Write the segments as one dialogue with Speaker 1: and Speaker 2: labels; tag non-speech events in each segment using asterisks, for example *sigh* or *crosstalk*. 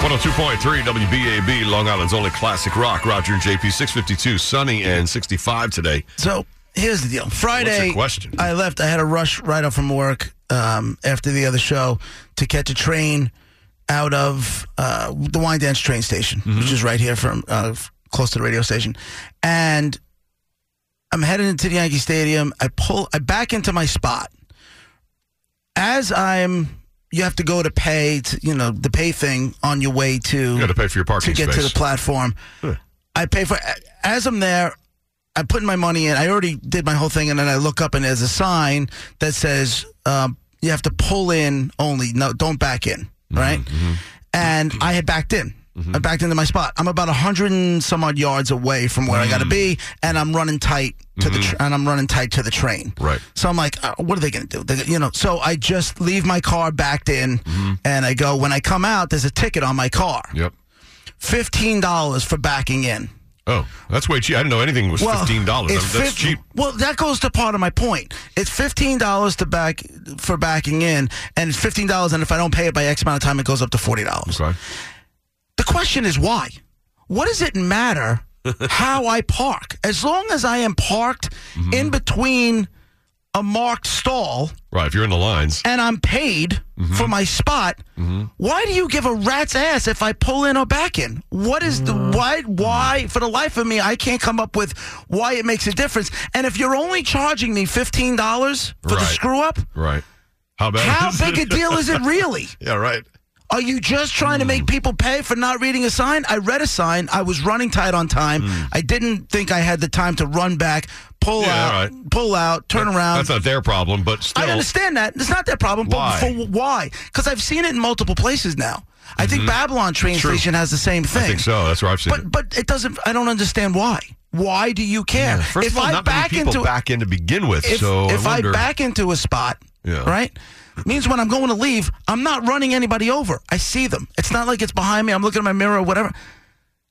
Speaker 1: 102.3 WBAB, Long Island's only classic rock. Roger and JP, 652, sunny and 65 today.
Speaker 2: So here's the deal. Friday,
Speaker 1: your question?
Speaker 2: I left. I had a rush right off from work um, after the other show to catch a train out of uh, the Wyandanch train station,
Speaker 1: Mm-hmm.
Speaker 2: which is right here from uh, f- close to the radio station, and I'm headed into the Yankee Stadium. I pull. I back into my spot as I'm. You have to go to pay. To, you know the pay thing on your way to
Speaker 1: You got to pay for your parking
Speaker 2: to get to
Speaker 1: space.
Speaker 2: the platform. I pay for as I'm there. I put my money in. I already did my whole thing, and then I look up, and there's a sign that says um, you have to pull in only. No, don't back in.
Speaker 1: Mm-hmm,
Speaker 2: Right, and I had backed in. I backed into my spot. I'm about a hundred and some odd yards away from where I got to
Speaker 1: Mm.
Speaker 2: be, and I'm running tight to the tr and I'm running tight to the train.
Speaker 1: Mm-hmm. Right.
Speaker 2: So I'm like, uh, what are they going to do? They, you know, so I just leave my car backed in,
Speaker 1: Mm-hmm.
Speaker 2: and I go. When I come out, there's a ticket on my car
Speaker 1: yep.
Speaker 2: fifteen dollars for backing in.
Speaker 1: Oh, that's way cheap. I didn't know anything was $15.
Speaker 2: it's
Speaker 1: That's
Speaker 2: fif-
Speaker 1: cheap.
Speaker 2: Well, that goes to part of my point. It's fifteen dollars to back for backing in, and it's fifteen dollars, and if I don't pay it by X amount of time, it goes up to forty dollars.
Speaker 1: Okay.
Speaker 2: The question is why? What does
Speaker 1: *laughs*
Speaker 2: it matter how I park? As long as I am parked
Speaker 1: Mm-hmm.
Speaker 2: in between a marked stall
Speaker 1: Right, if you're in the lines.
Speaker 2: and I'm paid
Speaker 1: Mm-hmm.
Speaker 2: for my spot, why do you give a rat's ass if I pull in or back in? What is the
Speaker 1: Mm-hmm.
Speaker 2: why? Why for the life of me, I can't come up with why it makes a difference. And if you're only charging me fifteen dollars for the
Speaker 1: Right.
Speaker 2: screw up,
Speaker 1: Right. How bad
Speaker 2: how
Speaker 1: is
Speaker 2: big a
Speaker 1: it?
Speaker 2: deal
Speaker 1: *laughs*
Speaker 2: is it really?
Speaker 1: Yeah, right.
Speaker 2: Are you just trying to
Speaker 1: Mm.
Speaker 2: make people pay for not reading a sign? I read a sign. I was running tight on time. I didn't think I had the time to run back, pull
Speaker 1: Mm. Yeah,
Speaker 2: out,
Speaker 1: all right.
Speaker 2: pull out, turn around.
Speaker 1: That's not their problem, but still.
Speaker 2: Um, I understand that. It's not their problem.
Speaker 1: Why?
Speaker 2: But for why? Because I've seen it in multiple places now. I think Babylon train
Speaker 1: Mm-hmm. True.
Speaker 2: station has the same thing.
Speaker 1: I think so. That's where I've seen it.
Speaker 2: But but it doesn't. I don't understand why. Why do you care?
Speaker 1: First
Speaker 2: if
Speaker 1: of all,
Speaker 2: I
Speaker 1: not
Speaker 2: back
Speaker 1: many people
Speaker 2: into
Speaker 1: back in to begin with,
Speaker 2: if,
Speaker 1: so
Speaker 2: if
Speaker 1: I
Speaker 2: I,
Speaker 1: wonder.
Speaker 2: back into a spot,
Speaker 1: Yeah.
Speaker 2: right, means when I'm going to leave, I'm not running anybody over. I see them. It's not like it's behind me. I'm looking at my mirror, or whatever.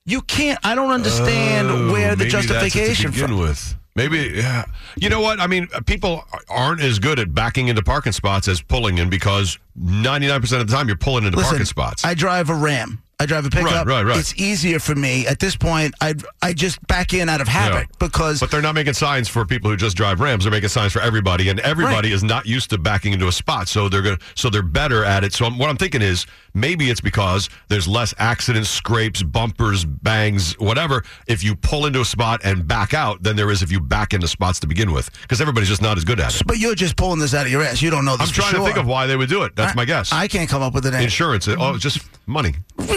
Speaker 2: You can't. I don't understand
Speaker 1: Oh,
Speaker 2: where the
Speaker 1: maybe that's it
Speaker 2: justification
Speaker 1: to begin
Speaker 2: from.
Speaker 1: with. Maybe yeah. You know what? I mean, uh, people aren't as good at backing into parking spots as pulling in because ninety nine percent of the time you're pulling into
Speaker 2: Listen,
Speaker 1: parking spots.
Speaker 2: I drive a Ram. I drive a pickup.
Speaker 1: right, right.
Speaker 2: It's easier for me at this point. I I just back in out of
Speaker 1: Yeah.
Speaker 2: habit because
Speaker 1: but they're not making signs for people who just drive Rams. They're making signs for everybody, and everybody is not used to backing into a spot. So they're going so they're better at it. So I'm, what I'm thinking is maybe it's because there's less accidents, scrapes, bumpers, bangs, whatever. If you pull into a spot and back out, than there is if you back into spots to begin with, because everybody's just not as good at it.
Speaker 2: but you're just pulling this out of your ass. You don't know this.
Speaker 1: I'm trying to think of why they would do it. That's my guess.
Speaker 2: I can't come up with an answer.
Speaker 1: Insurance. Oh, it's just money.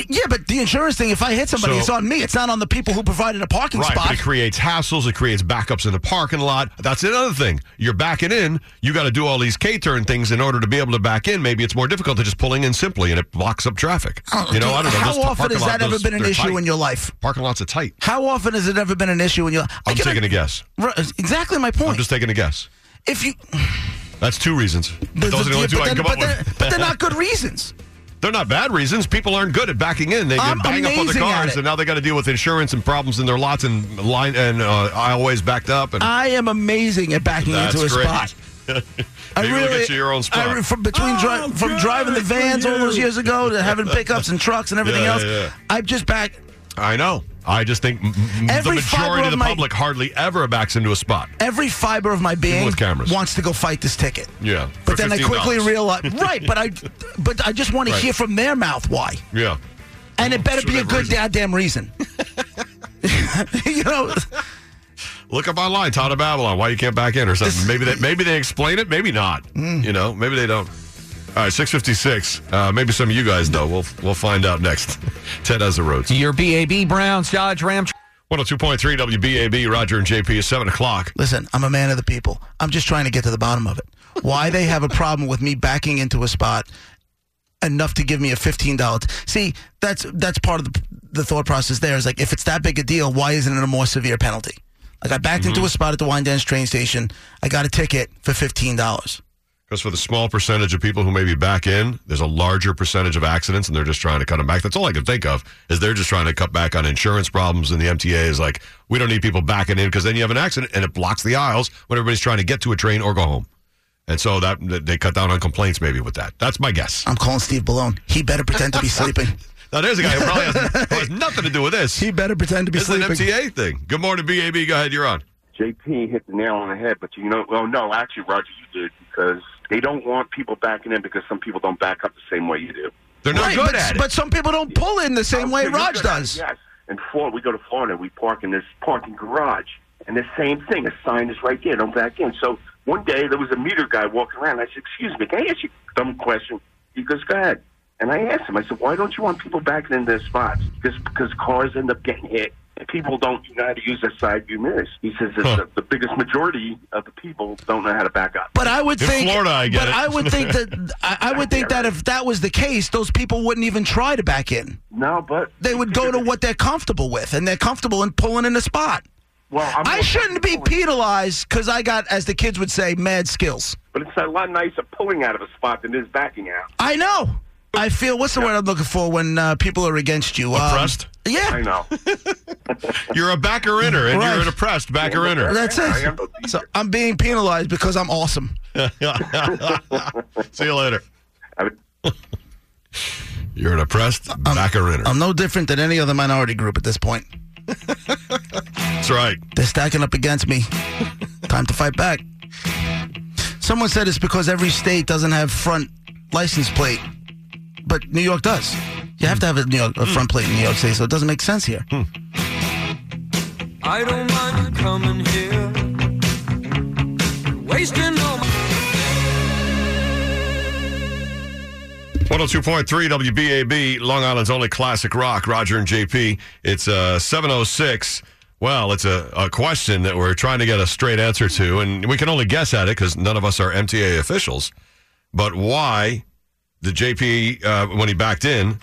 Speaker 2: yeah, but the insurance thing. If I hit somebody,
Speaker 1: So-
Speaker 2: it's on me. It's not on the people who provided a parking
Speaker 1: Right,
Speaker 2: spot.
Speaker 1: but it creates hassles. It creates backups in the parking lot. That's another thing. You're backing in. You got to do all these K turn things in order to be able to back in. Maybe it's more difficult to just pulling in simply, and it blocks up traffic. You know, I don't know.
Speaker 2: *laughs* How
Speaker 1: Those par-
Speaker 2: often
Speaker 1: parking
Speaker 2: has
Speaker 1: lot-
Speaker 2: that ever
Speaker 1: those-
Speaker 2: been an
Speaker 1: they're
Speaker 2: issue
Speaker 1: tight.
Speaker 2: in your life?
Speaker 1: Parking lots are tight.
Speaker 2: How often has it ever been an issue in your? I
Speaker 1: I'm
Speaker 2: can-
Speaker 1: taking a guess.
Speaker 2: Right, Exactly my point.
Speaker 1: I'm just taking a guess.
Speaker 2: if you,
Speaker 1: That's two reasons. But *laughs* those are the
Speaker 2: yeah,
Speaker 1: only two
Speaker 2: but
Speaker 1: I can
Speaker 2: then-
Speaker 1: come
Speaker 2: but
Speaker 1: up
Speaker 2: they're-
Speaker 1: with.
Speaker 2: but they're not good reasons.
Speaker 1: They're not bad reasons. People aren't good at backing in. They
Speaker 2: I'm
Speaker 1: bang up other
Speaker 2: amazing at
Speaker 1: cars,
Speaker 2: it.
Speaker 1: and now they got to deal with insurance and problems in their lots and line and uh, aisleways backed up. And
Speaker 2: I am amazing at backing
Speaker 1: That's
Speaker 2: into a
Speaker 1: great.
Speaker 2: spot.
Speaker 1: Maybe we'll get you your own spot.
Speaker 2: I re- from between dri- from driving the vans all those years ago to having pickups and trucks and everything
Speaker 1: Yeah,
Speaker 2: else.
Speaker 1: yeah, yeah.
Speaker 2: I'm just back.
Speaker 1: I know. I just think m- m- the
Speaker 2: Every fiber
Speaker 1: majority of
Speaker 2: of
Speaker 1: the
Speaker 2: my-
Speaker 1: public hardly ever backs into a spot.
Speaker 2: Every fiber of my being
Speaker 1: with cameras.
Speaker 2: wants to go fight this ticket.
Speaker 1: Yeah, for
Speaker 2: but then I quickly
Speaker 1: $15. *laughs*
Speaker 2: realize right. But I, but I just want
Speaker 1: Right.
Speaker 2: to hear from their mouth why,
Speaker 1: Yeah.
Speaker 2: and it better be a
Speaker 1: whatever
Speaker 2: good
Speaker 1: reason.
Speaker 2: goddamn reason. *laughs* you know,
Speaker 1: Look up online, Todd of Babylon, why you can't back in or something.
Speaker 2: This- Mm.
Speaker 1: Maybe
Speaker 2: *laughs*
Speaker 1: they, maybe they explain it, maybe not. You know, maybe they don't. All right, 656. Uh, maybe some of you guys know. We'll we'll find out next. *laughs* Ted has the roads.
Speaker 3: Your BAB Browns Dodge Ram.
Speaker 1: 102.3 WBAB, Roger and JP is 7 o'clock.
Speaker 2: listen, I'm a man of the people. I'm just trying to get to the bottom of it. Why they have a problem with me backing into a spot enough to give me a fifteen dollars? See, that's that's part of the, the thought process. There is like, if it's that big a deal, why isn't it a more severe penalty? Like I backed
Speaker 1: Mm-hmm.
Speaker 2: into a spot at the Wyandanch train station. I got a ticket for fifteen dollars.
Speaker 1: Because for the small percentage of people who maybe back in, there's a larger percentage of accidents, and they're just trying to cut them back. That's all I can think of is they're just trying to cut back on insurance problems, and the MTA is like, we don't need people backing in because then you have an accident and it blocks the aisles when everybody's trying to get to a train or go home. And so that they cut down on complaints maybe with that. That's my guess.
Speaker 2: I'm calling Steve Balone. He better pretend to be sleeping.
Speaker 1: Now there's a guy who probably has, who has nothing to do with this.
Speaker 2: *laughs* He better pretend to be
Speaker 1: This is an
Speaker 2: sleeping.
Speaker 1: MTA thing. Good morning, BAB. Go ahead, you're on.
Speaker 4: JP hit the nail on the head, but you know, well, no, actually, Roger, you did because they don't want people backing in because some people don't back up the same way you do.
Speaker 1: They're not
Speaker 2: Right,
Speaker 1: good
Speaker 2: but,
Speaker 1: at it.
Speaker 2: but some people don't pull in the same way
Speaker 4: Okay, you're
Speaker 2: Raj
Speaker 4: good at it,
Speaker 2: does.
Speaker 4: Yes. In Florida, we go to Florida, we park in this parking garage, and the same thing. A sign is right there, don't back in. So one day there was a meter guy walking around. I said, "Excuse me, can I ask you a dumb question?" He goes, "Go ahead." And I asked him, I said, "Why don't you want people backing in their spots? Just because cars end up getting hit." And people don't know how to use their side view mirrors. He says that
Speaker 1: Huh.
Speaker 4: the, the biggest majority of the people don't know how to back up.
Speaker 2: But I would
Speaker 1: In
Speaker 2: think
Speaker 1: Florida, I get
Speaker 2: but
Speaker 1: it.
Speaker 2: I would think that
Speaker 1: *laughs*
Speaker 2: I, I would think that if that was the case, those people wouldn't even try to back in.
Speaker 4: No, but
Speaker 2: They would go to what they're comfortable with, and they're comfortable in pulling in the spot.
Speaker 4: Well, I'm
Speaker 2: I
Speaker 4: more
Speaker 2: shouldn't be
Speaker 4: comfortable with-
Speaker 2: penalized because I got, as the kids would say, mad skills.
Speaker 4: But it's a lot nicer pulling out of a spot than it is backing out.
Speaker 2: I know. I feel what's the word I'm looking for when uh, people are against you? Um,
Speaker 1: Oppressed?
Speaker 4: I
Speaker 2: yeah, *laughs*
Speaker 4: know.
Speaker 1: you're a backer inner, and
Speaker 2: Right.
Speaker 1: you're an oppressed backer
Speaker 2: *laughs*
Speaker 1: inner. *laughs*
Speaker 2: that's
Speaker 4: I
Speaker 2: it.
Speaker 4: am a
Speaker 2: So I'm being penalized because I'm awesome.
Speaker 1: See you later.
Speaker 4: I would-
Speaker 1: You're an oppressed backer inner.
Speaker 2: I'm no different than any other minority group at this point.
Speaker 1: That's right.
Speaker 2: They're stacking up
Speaker 1: *laughs*
Speaker 2: against me. Time to fight back. Someone said it's because every state doesn't have front license plate, but New York does. You have to have a, New York, a front plate in New York City, so it doesn't make sense here.
Speaker 1: Hmm.
Speaker 5: I don't mind you coming here. Wasting all my
Speaker 1: 102.3 WBAB, Long Island's only classic rock, Roger and JP. It's uh, 706. Well, it's a, a question that we're trying to get a straight answer to, and we can only guess at it because none of us are MTA officials. But why did JP, uh, when he backed in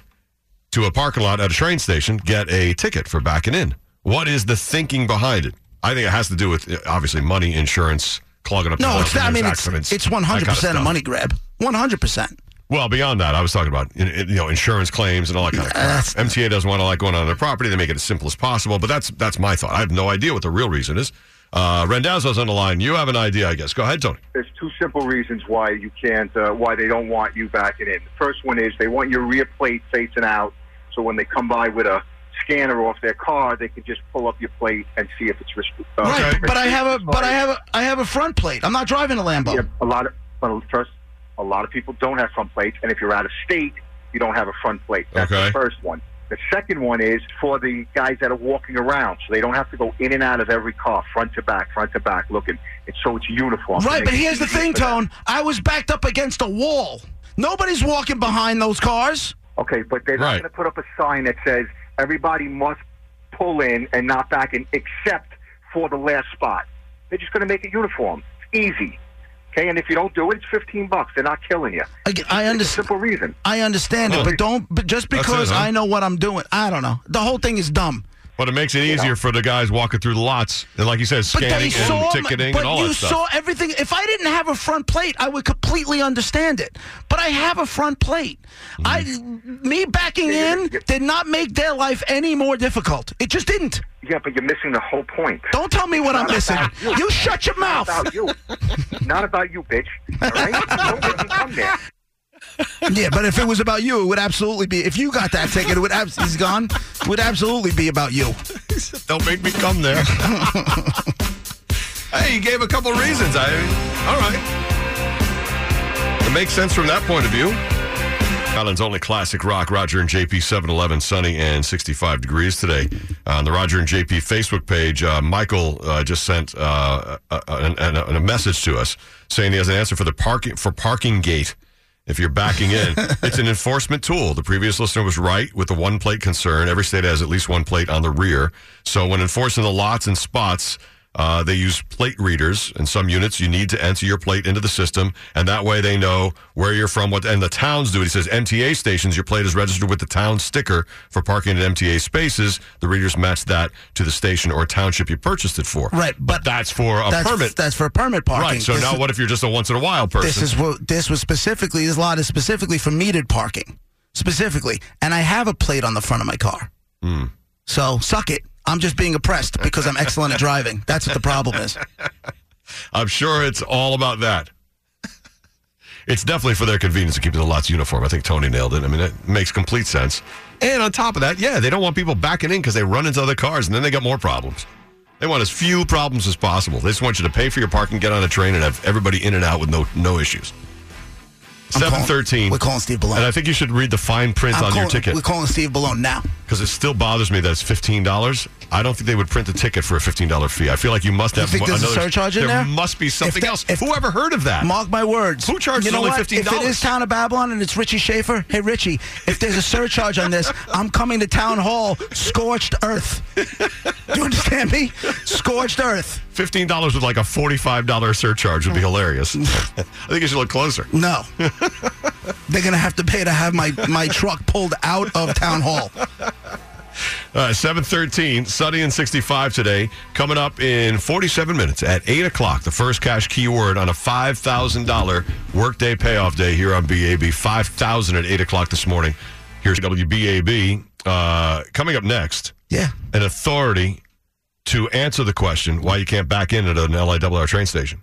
Speaker 1: to a parking lot at a train station, get a ticket for backing in? What is the thinking behind it? I think it has to do with uh, obviously money, insurance, clogging up. the
Speaker 2: No,
Speaker 1: roads,
Speaker 2: it's not. I mean, it's,
Speaker 1: accidents,
Speaker 2: it's
Speaker 1: that kind of
Speaker 2: 100% a
Speaker 1: stuff.
Speaker 2: money grab. 100%.
Speaker 1: Well, beyond that, I was talking about you know, you know insurance claims and all that kind of crap.
Speaker 2: that's-
Speaker 1: MTA doesn't want to like going on their property; they make it as simple as possible. But that's that's my thought. I have no idea what the real reason is. Uh, Rendazzo's on the line. You have an idea, I guess. Go ahead, Tony.
Speaker 6: there's two simple reasons why you can't, uh, why they don't want you backing in. The first one is they want your rear plate facing out, so when they come by with a scanner off their car, they can just pull up your plate and see if it's restricted. Uh,
Speaker 1: Okay.
Speaker 2: Right, but I have a, but I have a, I have a front plate. I'm not driving a Lambo.
Speaker 6: Yeah, a lot of, but first, a lot of people don't have front plates, and if you're out of state, you don't have a front plate. That's
Speaker 1: Okay.
Speaker 6: the first one. The second one is for the guys that are walking around, so they don't have to go in and out of every car, front to back, front to back, looking. It's so it's uniform.
Speaker 2: Right,
Speaker 6: It
Speaker 2: but
Speaker 6: makes
Speaker 1: *laughs*
Speaker 6: it
Speaker 2: here's the
Speaker 6: easier
Speaker 2: thing,
Speaker 6: for them.
Speaker 2: Tone. I was backed up against a wall. Nobody's walking behind those cars.
Speaker 6: Okay, but they're
Speaker 1: Right.
Speaker 6: not going to put up a sign that says everybody must pull in and not back in except for the last spot. They're just going to make it uniform. It's easy. Okay, and if you don't do it, it's 15 bucks. They're not killing you.
Speaker 2: I, I
Speaker 6: It's a
Speaker 2: understand.
Speaker 6: simple reason.
Speaker 2: I understand it,
Speaker 1: Oh.
Speaker 2: but don't. But just because
Speaker 1: it, huh?
Speaker 2: I know what I'm doing, I don't know. The whole thing is dumb.
Speaker 1: But it makes it easier for the guys walking through the lots, and like you said,
Speaker 2: But they
Speaker 1: scanning
Speaker 2: saw.
Speaker 1: and
Speaker 2: my-
Speaker 1: ticketing
Speaker 2: but
Speaker 1: and all
Speaker 2: you
Speaker 1: that stuff.
Speaker 2: saw everything. If I didn't have a front plate, I would completely understand it. But I have a front plate.
Speaker 1: Mm-hmm.
Speaker 2: I, me backing in did not make their life any more difficult. It just didn't.
Speaker 6: Yeah, but you're missing the whole point.
Speaker 2: Don't tell me what I'm missing. You shut your
Speaker 6: Not
Speaker 2: mouth.
Speaker 6: about you. not about you, bitch. All right? Don't make me come there.
Speaker 2: *laughs* Yeah, but if it was about you, it would absolutely be. If you got that ticket, it would. Abs- he's gone. It would absolutely be about you.
Speaker 1: Don't make me come there. *laughs* hey, you gave a couple reasons. I all right. It makes sense from that point of view. Island's only classic rock, Roger and JP, 711, sunny and 65 degrees today. On the Roger and JP Facebook page, uh, Michael uh, just sent uh, a, a, an- a, a message to us saying he has an answer for the parking for parking gate. If you're backing in, it's an enforcement tool. The previous listener was right with the one plate concern. Every state has at least one plate on the rear. So when enforcing the lots and spots, uh, they use plate readers. In some units, you need to enter your plate into the system, and that way they know where you're from. What and the towns do it. He says MTA stations, your plate is registered with the town sticker for parking at MTA spaces. The readers match that to the station or township you purchased it for.
Speaker 2: Right, but-
Speaker 1: that's for a
Speaker 2: that's,
Speaker 1: permit.
Speaker 2: That's for permit parking.
Speaker 1: right. So
Speaker 2: This
Speaker 1: now,
Speaker 2: is-
Speaker 1: what if you're just a once in a while person?
Speaker 2: This is what this was specifically. This lot is specifically for metered parking, specifically, and I have a plate on the front of my car.
Speaker 1: Hmm.
Speaker 2: So suck it. I'm just being oppressed because I'm excellent at driving. That's what the problem is.
Speaker 1: I'm sure it's all about that. it's definitely for their convenience to keep the lots uniform. I think Tony nailed it. I mean, it makes complete sense. And on top of that, yeah, they don't want people backing in because they run into other cars and then they got more problems. They want as few problems as possible. They just want you to pay for your parking, get on a train, and have everybody in and out with no no issues.
Speaker 2: I'm calling-
Speaker 1: Seven thirteen.
Speaker 2: We're calling Steve
Speaker 1: And I
Speaker 2: Balone.
Speaker 1: think you should read the fine print
Speaker 2: I'm
Speaker 1: on
Speaker 2: calling-
Speaker 1: your ticket
Speaker 2: We're calling Steve Balone now.
Speaker 1: because it still bothers me that it's fifteen dollars. I don't think they would print a ticket for a fifteen dollar fee. I feel like you must have
Speaker 2: think there's a
Speaker 1: another
Speaker 2: surcharge in there?
Speaker 1: must be something
Speaker 2: that-
Speaker 1: else.
Speaker 2: if-
Speaker 1: Whoever heard of that?
Speaker 2: Mark my words.
Speaker 1: Who charges
Speaker 2: you know
Speaker 1: only
Speaker 2: what? If
Speaker 1: $15?
Speaker 2: it is Town of Babylon and it's Richie Schaefer, hey Richie, if there's a surcharge on this, I'm coming to Town Hall, scorched earth. You understand me? Scorched earth.
Speaker 1: Fifteen dollars with like a forty-five dollar surcharge
Speaker 2: Hmm.
Speaker 1: would be hilarious. *laughs* I think you should look closer.
Speaker 2: No. They're gonna have to pay to have my, my truck pulled out of Town Hall.
Speaker 1: Uh, Seven thirteen, sunny and sixty-five today. Coming up in forty-seven minutes at eight o'clock. The first cash keyword on a five thousand dollar workday payoff day here on BAB. Five thousand at eight o'clock this morning. Here's WBAB. Uh, coming up next,
Speaker 2: Yeah.
Speaker 1: an authority to answer the question why you can't back in at an LIRR train station.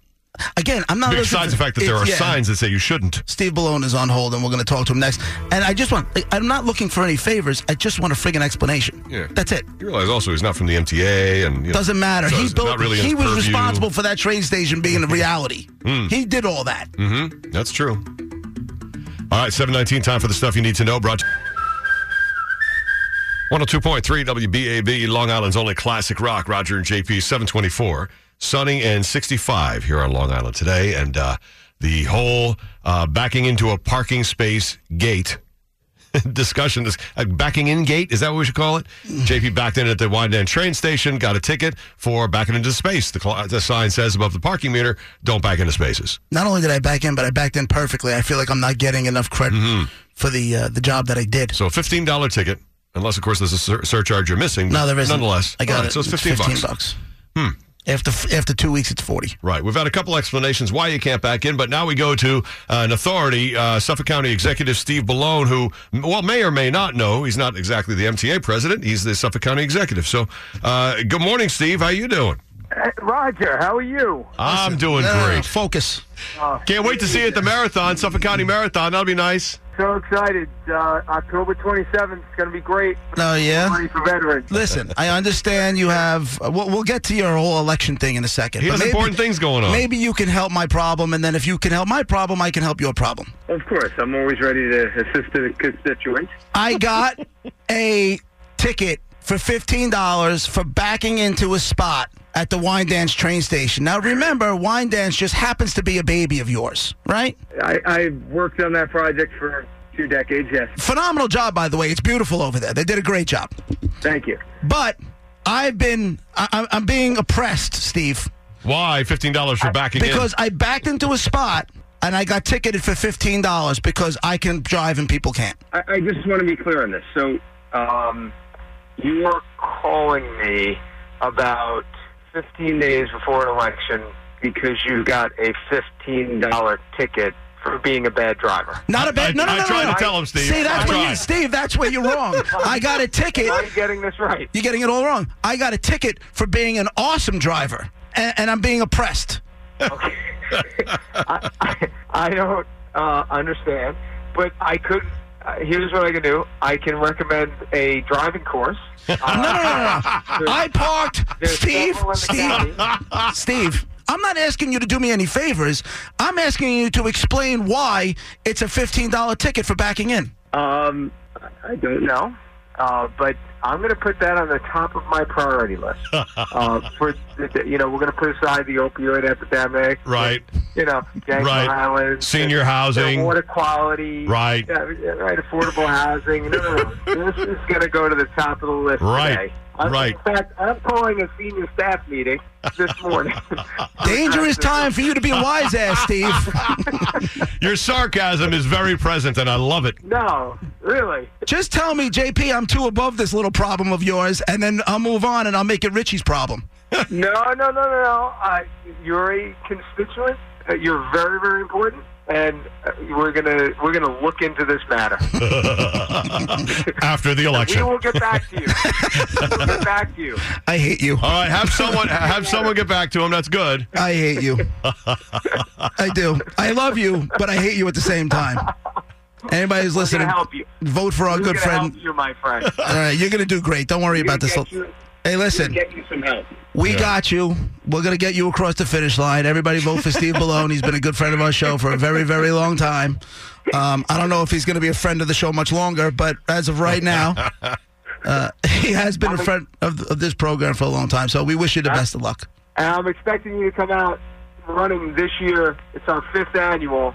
Speaker 2: Again, I'm not.
Speaker 1: Besides the fact that there are
Speaker 2: signs.
Speaker 1: signs that say you shouldn't.
Speaker 2: Steve Balone is on hold, and we're going to talk to him next. And I just want, I'm not looking for any favors. I just want a friggin' explanation.
Speaker 1: Yeah.
Speaker 2: That's it.
Speaker 1: You realize also he's not from the MTA and you know,
Speaker 2: Doesn't matter.
Speaker 1: so
Speaker 2: he
Speaker 1: it's
Speaker 2: built,
Speaker 1: not really in
Speaker 2: he
Speaker 1: his
Speaker 2: was
Speaker 1: purview. Mm.
Speaker 2: responsible for that train station being a reality. He did all that.
Speaker 1: Mm-hmm. That's true. All right, 719 time for the stuff you oh need to know. Brought to 102.3 WBAB, Long Island's only classic rock. Roger and JP, 724. Sunny and 65 here on Long Island today. And uh, the whole uh, backing into a parking space gate *laughs* discussion. This uh, backing in gate is that what we should call it? JP backed in at the Wyandanch train station, got a ticket for backing into space. The, cl- the sign says above the parking meter, "Don't back into spaces."
Speaker 2: Not only did I back in, but I backed in perfectly. I feel like I'm not getting enough credit
Speaker 1: Mm-hmm.
Speaker 2: for the uh, the job that I did.
Speaker 1: So a fifteen dollar ticket, unless of course there's a sur- surcharge you're missing.
Speaker 2: No, there isn't.
Speaker 1: Nonetheless,
Speaker 2: I got
Speaker 1: All right,
Speaker 2: it.
Speaker 1: So it's fifteen, bucks. Hmm.
Speaker 2: After after two weeks, it's forty.
Speaker 1: Right. We've had a couple explanations why you can't back in, but now we go to uh, an authority, uh, Suffolk County Executive Steve Balone, who, m- well, may or may not know. He's not exactly the MTA president. He's the Suffolk County Executive. So, uh, good morning, Steve. How you doing?
Speaker 6: Roger, how are you?
Speaker 1: I'm doing
Speaker 2: No, no, no, no,
Speaker 1: great.
Speaker 2: focus.
Speaker 1: Can't wait to see you at the marathon, Suffolk County Marathon. That'll be nice.
Speaker 6: So excited. Uh, October 27th is going to be great.
Speaker 2: No, yeah.
Speaker 6: Money for veterans.
Speaker 2: Listen, I understand you have. uh, We'll, we'll get to your whole election thing in a second.
Speaker 1: He
Speaker 2: but
Speaker 1: has
Speaker 2: maybe-
Speaker 1: important things going on.
Speaker 2: Maybe you can help my problem, and then if you can help my problem, I can help your problem.
Speaker 6: Of course, I'm always ready to assist the constituents.
Speaker 2: I got a ticket for $15 for backing into a spot at the Wine Dance train station. Now, remember, Wine Dance just happens to be a baby of yours, right?
Speaker 6: I, I worked on that project for two decades. Yes,
Speaker 2: Phenomenal job, by the way. It's beautiful over there. They did a great job.
Speaker 6: thank you.
Speaker 2: But I've been, I, I'm- I'm being oppressed, Steve,
Speaker 1: Why fifteen dollars for backing
Speaker 2: because I backed into a spot and I got ticketed for $15 because I can drive and people can't.
Speaker 6: I, I just want to be clear on this. So, um, you are calling me about 15 days before an election because you got a $15 ticket for being a bad driver.
Speaker 2: Not
Speaker 1: I-
Speaker 2: a bad.
Speaker 1: I-
Speaker 2: no, no,
Speaker 1: I
Speaker 2: no,
Speaker 1: tried
Speaker 2: no, no.
Speaker 1: to tell him, Steve.
Speaker 2: See, that's
Speaker 1: I
Speaker 2: where
Speaker 1: tried.
Speaker 2: you, Steve. That's where you're wrong. I got a ticket.
Speaker 6: I'm getting this right.
Speaker 2: You're getting it all wrong. I got a ticket for being an awesome driver, and, and I'm being oppressed.
Speaker 6: Okay. *laughs* I, I, I don't uh, understand, but I could. Uh, here's what I can do. I can recommend a driving *laughs* course. Uh,
Speaker 2: No, no, no, no. no. I parked,
Speaker 6: There's
Speaker 2: Steve.
Speaker 6: several in the
Speaker 2: Steve. Steve. I'm not asking you to do me any favors. I'm asking you to explain why it's a $15 ticket for backing in.
Speaker 6: Um, I don't know, uh, but I'm going to put that on the top of my priority *laughs* list. uh, for you know, we're going to put aside the opioid epidemic,
Speaker 1: in, right?
Speaker 6: You know, gang
Speaker 1: Right.
Speaker 6: violence,
Speaker 1: Senior
Speaker 6: you know,
Speaker 1: housing.
Speaker 6: water quality,
Speaker 1: Right.
Speaker 6: yeah, right, affordable housing. No, no, no. this is going to go to the top of the list
Speaker 1: Right.
Speaker 6: today. I'm-
Speaker 1: Right.
Speaker 6: In fact, I'm calling a senior staff meeting this morning.
Speaker 1: *laughs*
Speaker 2: Dangerous
Speaker 6: *laughs*
Speaker 2: time for you to be a wise ass, Steve.
Speaker 1: Your sarcasm is very present, and I love it.
Speaker 6: no, really.
Speaker 2: Just tell me, JP, I'm too above this little problem of yours, and then I'll move on and I'll make it Richie's problem.
Speaker 6: No, no, no, no, no. Uh, you're a constituent. Uh, you're very, very important.
Speaker 7: and uh, we're gonna we're gonna look into this
Speaker 1: *laughs*
Speaker 7: matter.
Speaker 1: after the election.
Speaker 7: We will get
Speaker 1: *laughs*
Speaker 7: back to you. we'll get back to you.
Speaker 2: I hate you.
Speaker 1: All right, have someone have someone get back to him. That's good.
Speaker 2: I hate you. I do. I love you, but I hate you at the same time. Anybody who's
Speaker 7: We're
Speaker 2: listening,
Speaker 7: gonna help you.
Speaker 2: vote for our
Speaker 7: We're
Speaker 2: good
Speaker 7: gonna
Speaker 2: friend.
Speaker 7: help you, my friend.
Speaker 2: All right, you're gonna do great. Don't worry about this.
Speaker 7: Get you-
Speaker 2: hey, listen,
Speaker 7: get you some help.
Speaker 2: we
Speaker 1: Yeah.
Speaker 2: got you. We're gonna get you across the finish line. Everybody vote for Steve Balone. He's been a good friend of our show for a very, very long time. Um, I don't know if he's gonna be a friend of the show much longer, but as of right now, uh, he has been a friend of, of this program for a long time. So we wish you the best of luck.
Speaker 7: And I'm expecting you to come out running this year. It's our fifth annual,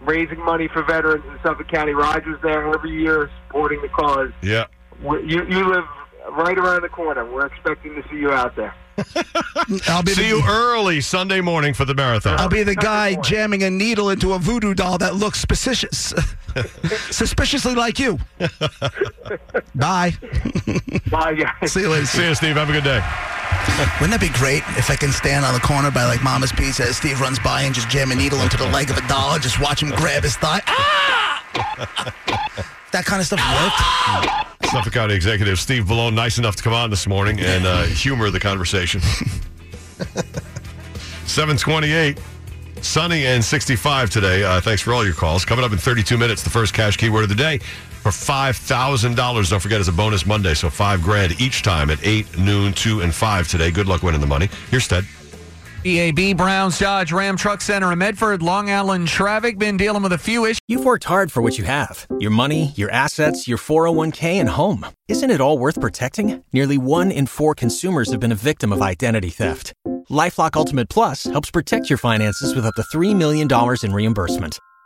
Speaker 7: raising money for veterans in Suffolk County. Rogers there every year, supporting the cause.
Speaker 1: Yeah.
Speaker 7: We- You, you live right around the corner. We're expecting to see you out there.
Speaker 2: I'll be
Speaker 1: See
Speaker 2: the,
Speaker 1: you early Sunday morning for the
Speaker 2: I'll
Speaker 1: marathon.
Speaker 2: be the guy jamming a needle into a voodoo doll that looks suspicious, *laughs* suspiciously like you. Bye.
Speaker 7: Bye, guys.
Speaker 2: See you later.
Speaker 1: See you, Steve. Have a good day.
Speaker 2: Wouldn't that be great if I can stand on the corner by like Mama's Pizza as Steve runs by and just jam a needle into the leg of a dollar, just watch him grab his thigh. Ah! *laughs* that kind of stuff worked.
Speaker 1: Suffolk County Executive Steve Balone, nice enough to come on this morning and uh, humor the conversation. 728, sunny and 65 today. Uh, thanks for all your calls. Coming up in 32 minutes, the first cash keyword of the day for $5,000. Don't forget, it's a bonus Monday, so five grand each time at 8, noon, 2, and 5 today. Good luck winning the money. Here's Ted.
Speaker 3: EAB Browns Dodge Ram Truck Center in Medford, Long Island traffic. Been dealing with a few issues.
Speaker 8: You've worked hard for what you have your money, your assets, your 401k, and home. Isn't it all worth protecting? Nearly one in four consumers have been a victim of identity theft. Lifelock Ultimate Plus helps protect your finances with up to $3 million in reimbursement.